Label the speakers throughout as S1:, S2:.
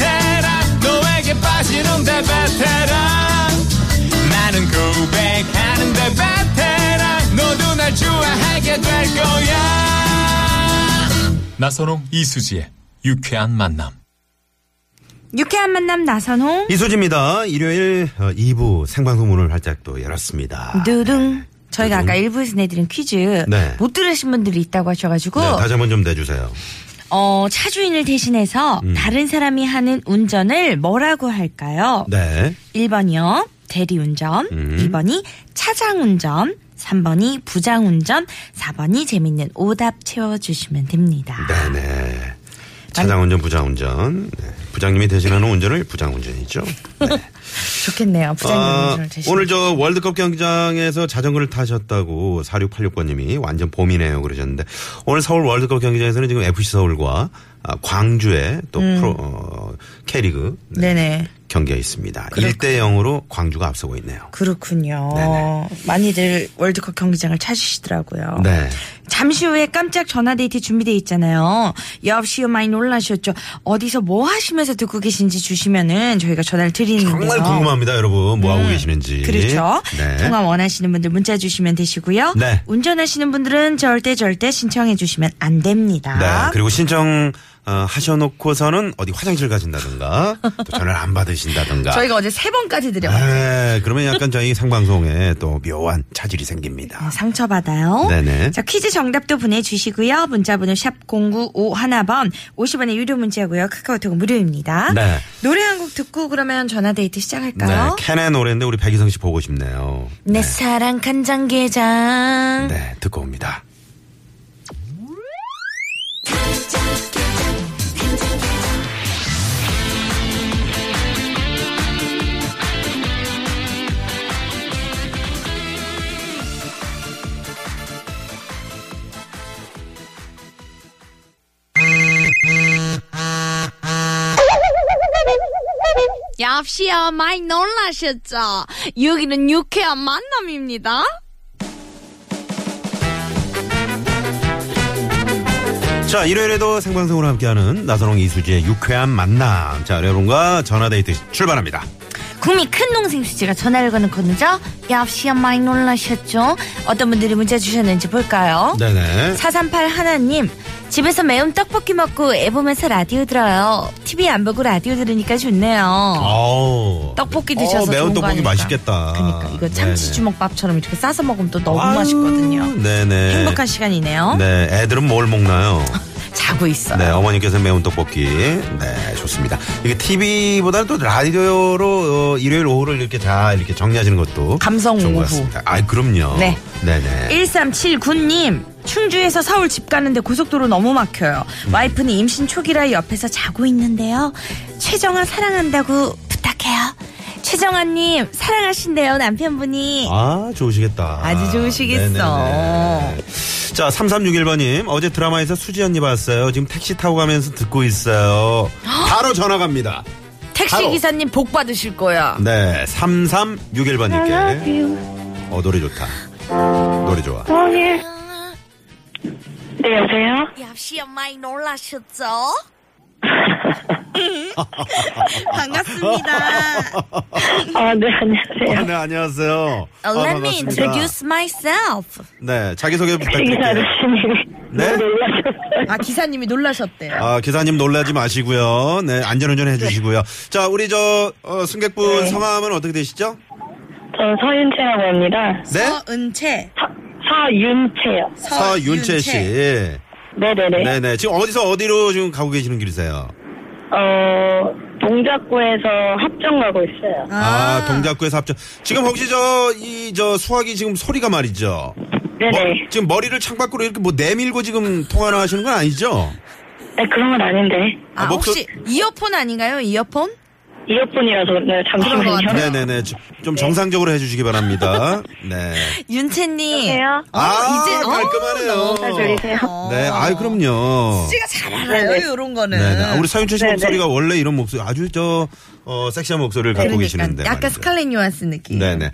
S1: 베테랑 너에게 빠지는데 베테랑 나는 고백하는데 베테랑 너도 날 좋아하게 될 거야. 나선홍 이수지의 유쾌한 만남.
S2: 유쾌한 만남 나선홍
S3: 이수지입니다. 일요일 어, 2부 생방송 문을 활짝 또 열었습니다. 네,
S2: 누둥 저희가
S3: 누둥.
S2: 아까 1부에서 내드린 퀴즈
S3: 네.
S2: 못 들으신 분들이 있다고 하셔가지고
S3: 네, 다시 한번 좀 내주세요.
S2: 어, 차주인을 대신해서
S3: 음.
S2: 다른 사람이 하는 운전을 뭐라고 할까요?
S3: 네. 음.
S2: 1번이요 대리운전 2번이 차장운전 3번이 부장운전 4번이 재밌는 오답 채워주시면 됩니다
S3: 네네. 차장운전, 부장운전. 네. 부장님이 대신하는 운전을 부장운전이죠.
S2: 좋겠네요 부장님
S3: 아,
S2: 운전을 대신
S3: 오늘 저 월드컵 경기장에서 자전거를 타셨다고 4686번님이 완전 봄이네요 그러셨는데 오늘 서울 월드컵 경기장에서는 지금 FC 서울과 아, 광주의 또 프로 어, K리그 네,
S2: 음. 네네
S3: 경기가 있습니다. 1대 0으로 광주가 앞서고 있네요.
S2: 그렇군요 많이들 월드컵 경기장을 찾으시더라고요
S3: 네.
S2: 잠시 후에 깜짝 전화 데이트 준비돼 있잖아요. 역시요 많이 놀라셨죠. 어디서 뭐 하시면서 듣고 계신지 주시면은 저희가 전화를 드리는 거예요.
S3: 정말 궁금합니다, 여러분. 뭐 하고
S2: 음,
S3: 계시는지.
S2: 그렇죠.
S3: 네.
S2: 통화 원하시는 분들 문자 주시면 되시고요.
S3: 네.
S2: 운전하시는 분들은 절대 절대 신청해 주시면 안
S3: 네.
S2: 됩니다.
S3: 그리고 신청 어, 하셔놓고서는 어디 화장실 가신다든가 또 전화를 안 받으신다든가.
S2: 저희가 어제 세 번까지 드려. 요
S3: 네, 그러면 약간 저희 생방송에 또 묘한 차질이 생깁니다.
S2: 네, 상처받아요.
S3: 네네.
S2: 자, 퀴즈 정답도 보내주시고요. 문자번호 샵0951번, 50원의 유료 문자고요. 카카오톡은 무료입니다.
S3: 네.
S2: 노래 한 곡 듣고 그러면 전화 데이트
S3: 네,
S2: 시작할까요?
S3: 캔의 노래인데 우리 백이성 씨 보고 싶네요.
S2: 내 사랑 간장게장.
S3: 네, 듣고 옵니다.
S4: 역시요 많이 놀라셨죠? 여기는 유쾌한 만남입니다.
S3: 자, 일요일에도 생방송으로 함께하는 나선홍 이수지의 유쾌한 만남. 자, 여러분과 전화데이트 출발합니다.
S2: 국민 큰 동생 수지가 전화를 거는 코너죠. 역시 많이 놀라셨죠? 어떤 분들이 문자 주셨는지 볼까요?
S3: 네네.
S2: 438 하나님 집에서 매운 떡볶이 먹고 애 보면서 라디오 들어요. TV 안 보고 라디오 들으니까 좋네요.
S3: 아우.
S2: 떡볶이 드셔서
S3: 아. 어, 매운
S2: 좋은 거
S3: 떡볶이
S2: 아닙니까?
S3: 맛있겠다.
S2: 그러니까 이거 참치
S3: 네네.
S2: 주먹밥처럼 이렇게 싸서 먹으면 또 너무
S3: 아유,
S2: 맛있거든요.
S3: 네네.
S2: 행복한 시간이네요.
S3: 네, 애들은 뭘 먹나요?
S2: 자고 있어요.
S3: 네, 어머님께서 매운 떡볶이. 네, 좋습니다. 이게 TV보다는 또 라디오로 어, 일요일 오후를 이렇게 다 이렇게 정리하시는 것도
S2: 감성
S3: 좋은 것
S2: 오후.
S3: 같습니다. 아, 그럼요.
S2: 네.
S3: 네네.
S2: 1379님 충주에서 서울 집 가는데 고속도로 너무 막혀요
S3: 음.
S2: 와이프는 임신 초기라 옆에서 자고 있는데요 최정아 사랑한다고 부탁해요 최정아님 사랑하신대요 남편분이
S3: 아, 좋으시겠다.
S2: 아주 좋으시겠어.
S3: 네네네. 자, 3361번님. 어제 드라마에서 수지 언니 봤어요. 지금 택시 타고 가면서 듣고 있어요. 바로 전화 갑니다. 바로.
S2: 택시기사님 복 받으실 거야
S3: 네, 3361번님께. 어, 노래 좋다. 노래 좋아.
S5: 네, 여보세요?
S4: 역시요 많이 놀라셨죠?
S2: 반갑습니다
S5: 아, 네, 안녕하세요.
S3: 아, 네, 안녕하세요. 아,
S2: Let me
S3: 반갑습니다.
S2: introduce myself
S3: 네, 자기소개
S5: 택시
S3: 부탁드릴게요.
S5: 아저씨님이
S3: 네?
S5: 너무 놀라셨어요.
S2: 아 기사님이 놀라셨대요
S3: 아, 기사님 놀라지 마시고요. 네, 안전운전 해주시고요. 자, 우리 저, 어, 승객분 성함은 어떻게 되시죠?
S5: 저는 서윤채라고 합니다.
S3: 네?
S2: 어, 은채
S5: 서, 서윤채요.
S3: 서윤채 씨.
S5: 네네네.
S3: 네네. 지금 어디서 어디로 지금 가고 계시는 길이세요?
S5: 어, 동작구에서 합정 가고 있어요.
S3: 아, 동작구에서 합쳐. 지금 혹시 저, 이, 저, 수학이 지금 소리가 말이죠?
S5: 네네.
S3: 머- 지금 머리를 창밖으로 이렇게 뭐 내밀고 지금 통화를 하시는 건 아니죠?
S5: 네, 그런 건 아닌데.
S2: 아,
S3: 목소-
S2: 혹시 이어폰 아닌가요 이어폰?
S5: 이어폰이라서 네, 잠시만요.
S3: 네네네. 좀- 좀 정상적으로 해주시기 바랍니다. 네.
S2: 윤채님.
S5: 여보세요?
S3: 아,
S2: 이제- 어,
S5: 잘
S3: 깔끔하네요.
S5: 들리세요?
S3: 네, 아유, 그럼요.
S2: 제가 잘 알아요, 요런 거는.
S3: 네, 네. 우리 서윤철 씨
S5: 네네.
S3: 목소리가 원래 이런 목소리, 아주 저, 어, 섹시한 목소리를 갖고 계시는데.
S2: 그러니까 약간
S3: 말이죠.
S2: 스칼렛 요한스 느낌.
S3: 네네.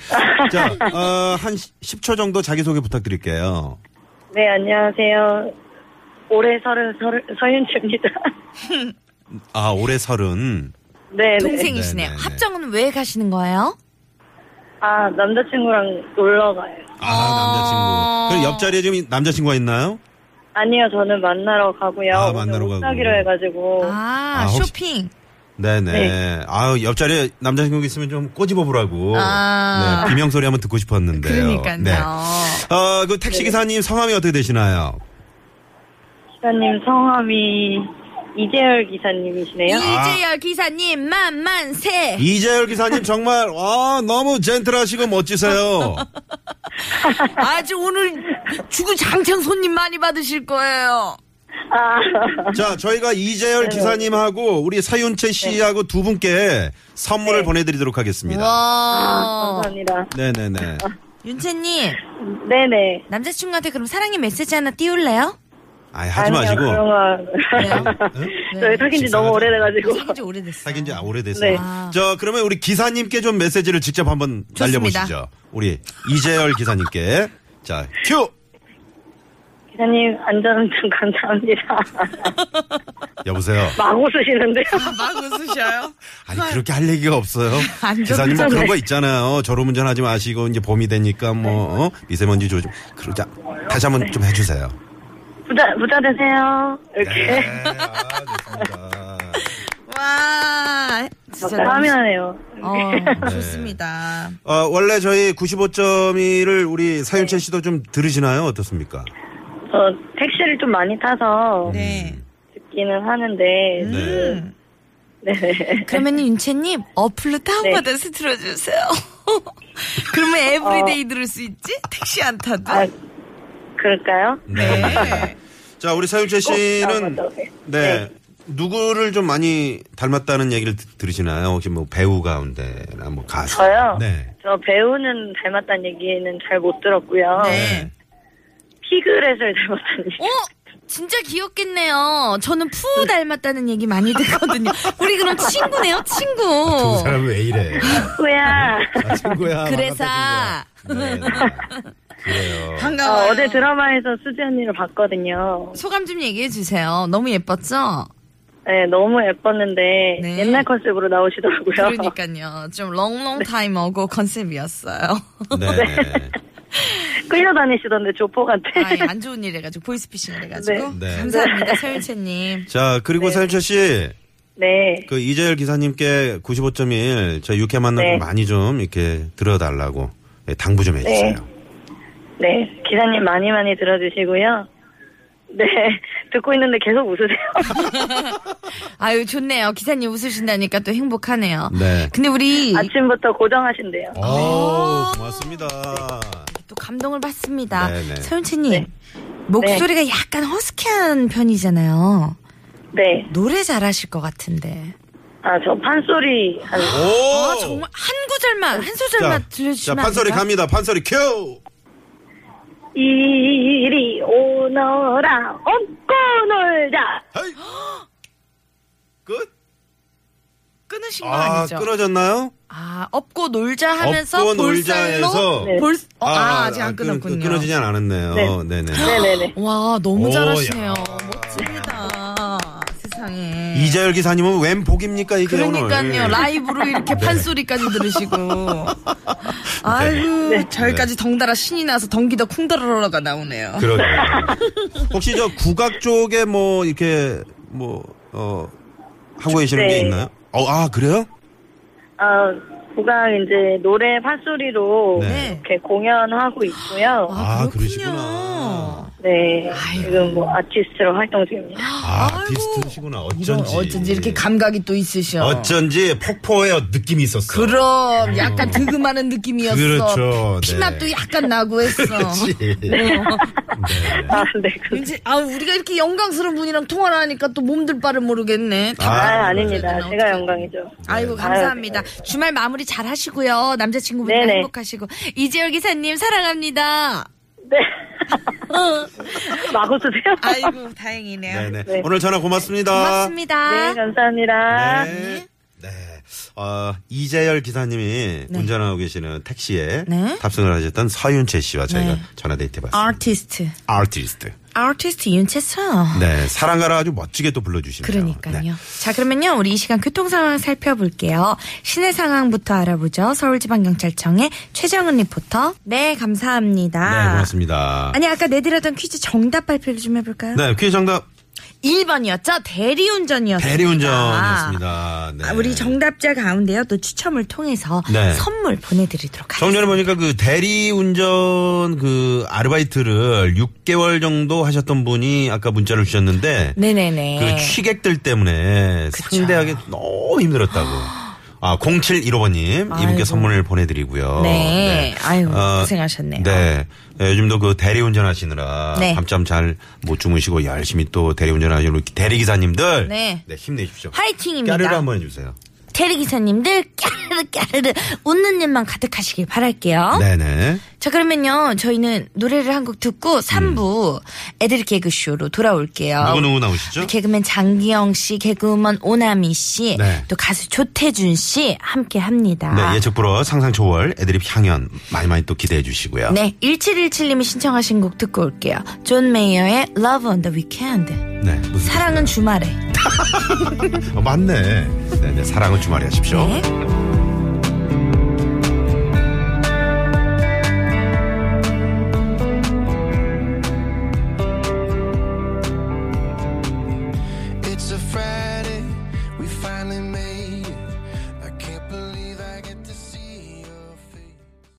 S3: 자, 어, 한 10초 정도 자기소개 부탁드릴게요.
S5: 네, 안녕하세요. 올해 서른 서른 서윤주입니다.
S3: 아, 올해 서른.
S5: 네, 네.
S2: 동생이시네요.
S3: 네, 네, 네.
S2: 합정은 왜 가시는 거예요?
S5: 아 남자친구랑 놀러 가요.
S3: 아, 남자친구. 그럼 옆자리에 지금 남자친구가 있나요?
S5: 아니요, 저는 만나러 가고요.
S3: 아,
S5: 오늘
S3: 만나러 가고.
S5: 옷 사기로 해가지고.
S2: 아,
S3: 아, 혹시-
S2: 쇼핑.
S3: 네네.
S5: 네.
S3: 아유, 옆자리에 남자친구 있으면 좀 꼬집어 보라고.
S2: 아.
S3: 네, 비명 소리 한번 듣고 싶었는데요.
S2: 그러니까요.
S3: 네. 어, 그 택시기사님 성함이 어떻게 되시나요?
S5: 기사님 성함이 이재열 기사님이시네요.
S2: 이재열 기사님 만만세.
S3: 아, 이재열 기사님 정말, 와, 너무 젠틀하시고 멋지세요.
S2: 아주 오늘 주구 장창 손님 많이 받으실 거예요.
S5: 아,
S3: 자, 저희가 이재열 기사님하고 우리 서윤채 씨하고 두 분께 선물을 보내드리도록 하겠습니다.
S2: 와.
S5: 아, 감사합니다.
S3: 네네네.
S2: 어, 윤채님
S5: 네네.
S2: 남자친구한테 그럼 사랑의 메시지 하나 띄울래요?
S3: 아이, 하지
S5: 아니요,
S3: 마시고. 네.
S5: 그런 거.
S3: 응?
S5: 저희 사귄 지 너무 오래돼가지고.
S2: 사귄 지 오래됐어요.
S3: 사귄 지 오래됐어요.
S5: 네.
S2: 아.
S3: 저, 그러면 우리 기사님께 좀 메시지를 직접 한번
S2: 좋습니다.
S3: 날려보시죠. 우리 이재열 기사님께. 자, 큐!
S5: 기사님, 안전운전 감사합니다.
S3: 여보세요.
S5: 막 웃으시는데요.
S2: 막 웃으셔요?
S3: 아니, 그렇게 할 얘기가 없어요.
S2: 안
S3: 기사님 뭐
S5: 좋네.
S3: 그런 거 있잖아요. 졸음운전 하지 마시고, 이제 봄이 되니까
S2: 네.
S3: 뭐, 어? 미세먼지 조절. 그러자. 다시 한번 좀 해주세요.
S5: 부자, 부자 되세요. 이렇게.
S3: 네. 아, 좋습니다.
S2: 와 진짜 너무-
S5: 화면하네요.
S2: 어, 좋습니다.
S3: 어, 원래 저희 95.1을 우리 사윤채 씨도 좀 들으시나요? 어떻습니까?
S5: 저 택시를 좀 많이 타서
S2: 네.
S3: 음.
S5: 듣기는 하는데.
S3: 네.
S2: 음.
S5: 네.
S2: 그러면 윤채님 어플로 다운받아서 들어주세요. 그러면 에브리데이 들을 수 있지? 택시 안 타도.
S5: 아, 그럴까요? 아,
S3: 네. 자, 우리 사윤채
S2: 어,
S3: 씨는
S5: 꼭 나와줘요.
S3: 네. 누구를 좀 많이 닮았다는 얘기를 드- 들으시나요? 혹시 뭐 배우 가운데나 뭐 가수?
S5: 저요?
S3: 네.
S5: 저 배우는 닮았다는 얘기는 잘 못 들었고요.
S2: 네.
S5: 피그렛을 닮았다는 얘기.
S4: 어? 진짜 귀엽겠네요. 저는 푸 닮았다는 얘기 많이 듣거든요. 우리 그럼 친구네요, 친구.
S3: 사람이 왜 이래?
S5: 뭐야.
S3: 아, 친구야.
S4: 어. 그래서
S3: 반갑다, 친구야. 네, 네. 그래요.
S2: 반가워요.
S5: 어, 어제 드라마에서 수지 언니를 봤거든요.
S4: 네. 소감 좀 얘기해 주세요. 너무 예뻤죠?
S5: 네, 너무 예뻤는데
S4: 네.
S5: 옛날 컨셉으로 나오시더라고요.
S4: 그러니까요. 좀 롱롱 타임 어고 컨셉이었어요.
S3: 네.
S5: 끌려다니시던데 조폭한테.
S4: 아이, 안 좋은 일 해가지고 보이스피싱을 해가지고
S3: 네. 네.
S4: 감사합니다 서윤채님
S3: 자, 그리고 사윤채 씨.
S5: 네.
S3: 그 이재열 기사님께 95.1 저 육회 만남
S5: 네.
S3: 좀 많이 좀 이렇게 들어달라고 예, 당부 좀 해주세요.
S5: 네. 기사님 많이 많이 들어주시고요. 네. 듣고 있는데 계속 웃으세요.
S4: 아유 좋네요 기사님 웃으신다니까 또 행복하네요
S3: 네.
S4: 근데 우리
S5: 아침부터 고정하신대요.
S3: 오, 고맙습니다.
S4: 또 감동을 받습니다
S3: 네네.
S4: 서윤채님 목소리가
S2: 네.
S4: 약간 허스키한 편이잖아요
S5: 네.
S4: 노래 잘하실 것 같은데
S5: 아, 저 판소리 한
S3: 오,
S4: 아 정말 한 구절만 한 소절만
S3: 어, 자, 자
S4: 들려주시면 안
S3: 판소리
S4: 될까요?
S3: 갑니다. 판소리 큐.
S5: 이리 오너라 얹고 놀자.
S3: 헤이. 끝.
S4: 끊으신 거
S3: 아,
S4: 아니죠?
S3: 끊어졌나요?
S4: 아 업고 놀자 하면서
S3: 업고 놀자 해서.
S4: 볼살로
S3: 네.
S4: 볼... 어, 아, 아직 안
S3: 끊-
S4: 끊었군요
S3: 끊어지진 않았네요. 네, 네.
S5: 네네네.
S4: 와 너무
S3: 오,
S4: 잘하시네요
S3: 야.
S4: 멋집니다 세상에
S3: 이재열 기사님은 웬 복입니까 이게 오늘? 예. 네.
S4: 그러니까요 라이브로 이렇게 판소리까지 들으시고 아이고
S3: 네.
S4: 저희까지 덩달아 신이 나서 덩기더 쿵더러러가 나오네요
S3: 그러요 혹시 저 국악 쪽에 뭐 이렇게 뭐 어 하고
S4: 네.
S3: 계시는 게
S5: 축제.
S3: 있나요? 어, 아 그래요?
S5: 아, 구가 이제 노래 판소리로
S3: 네.
S5: 이렇게 공연하고 있고요.
S3: 아,
S4: 그렇군요.
S3: 그러시구나.
S5: 네. 지금 뭐 아티스트로 활동 중입니다.
S3: 아, 디스트시구나.
S4: 이런
S3: 어쩐지.
S4: 어쩐지 이렇게 감각이 또 있으셔.
S3: 어쩐지 폭포의 느낌이 있었어.
S4: 그럼 약간 득음하는 느낌이었어.
S3: 그렇죠. 네.
S4: 피맛도 약간 나고 했어.
S3: 그렇지.
S4: 네.
S3: 네.
S5: 아, 네. 그,
S4: 왠지 아 우리가 이렇게 영광스러운 분이랑 통화를 하니까 또 몸둘 바를 모르겠네. 네.
S5: 아,
S3: 아, 네.
S5: 아닙니다.
S4: 그래요.
S5: 제가 영광이죠.
S4: 아이고 감사합니다. 주말 마무리 잘 하시고요. 남자친구분이랑
S5: 네네.
S4: 행복하시고 이재열 기사님 사랑합니다.
S5: 네. 마구 쓰세요?
S4: 아이고 다행이네요.
S3: 네네.
S5: 네.
S3: 오늘 전화 고맙습니다.
S4: 고맙습니다.
S5: 네, 감사합니다.
S3: 네. 네. 어, 이재열 기사님이 운전하고 계시는 택시에
S2: 네.
S3: 탑승을 하셨던 서윤채 씨와 저희가
S2: 네.
S3: 전화 데이트 해봤습니다.
S2: 아티스트.
S3: 아티스트.
S2: 아티스트 윤채서.
S3: 네. 사랑가라 아주 멋지게 또 불러주시네요.
S2: 그러니까요.
S3: 네.
S2: 자, 그러면요. 우리 이 시간 교통 상황 살펴볼게요. 시내 상황부터 알아보죠. 서울지방경찰청의 최정은 리포터. 네, 감사합니다.
S3: 네, 고맙습니다.
S2: 아니, 아까 내드렸던 퀴즈 정답 발표를 좀 해볼까요?
S3: 네, 퀴즈 정답
S2: 1번이었죠? 대리운전이었어요.
S3: 대리운전이었습니다. 네.
S2: 아, 그러니까. 우리 정답자 가운데요. 또 추첨을 통해서
S3: 네.
S2: 선물 보내드리도록 하겠습니다.
S3: 정년에 보니까 그 대리운전 그 아르바이트를 6개월 정도 하셨던 분이 아까 문자를 주셨는데
S2: 네네네.
S3: 그 취객들 때문에 상대하기 너무 힘들었다고. 아, 0715번님, 이분께
S2: 아이고.
S3: 선물을 보내드리고요.
S2: 네. 아이고, 고생하셨네요.
S3: 네. 네, 요즘도 그 대리운전 하시느라
S2: 네.
S3: 밤잠 잘 못 주무시고 열심히 또 대리운전 하시는 우리 대리기사님들.
S2: 네.
S3: 힘내십시오.
S2: 화이팅입니다.
S3: 까르르 한번 해주세요.
S2: 대리기사님들 까르르 까르르 웃는 일만 가득하시길 바랄게요.
S3: 네네.
S2: 자 그러면요 저희는 노래를 한 곡 듣고 3부 애들 개그쇼로 돌아올게요.
S3: 음. 누구누구 나오시죠?
S2: 개그맨 장기영 씨, 개그우먼 오나미 씨,
S3: 네.
S2: 또 가수 조태준 씨 함께 합니다.
S3: 네, 예측 불허 상상 초월 애드립 향연 많이 많이 또 기대해 주시고요.
S2: 네, 1717님이 신청하신 곡 듣고 올게요. 존 메이어의 Love on the Weekend.
S3: 네, 무슨
S2: 사랑은 주말에. 네.
S3: 뜻이에요? 어, 맞네. 네, 네, 사랑을 주말에 하십시오.
S2: 네.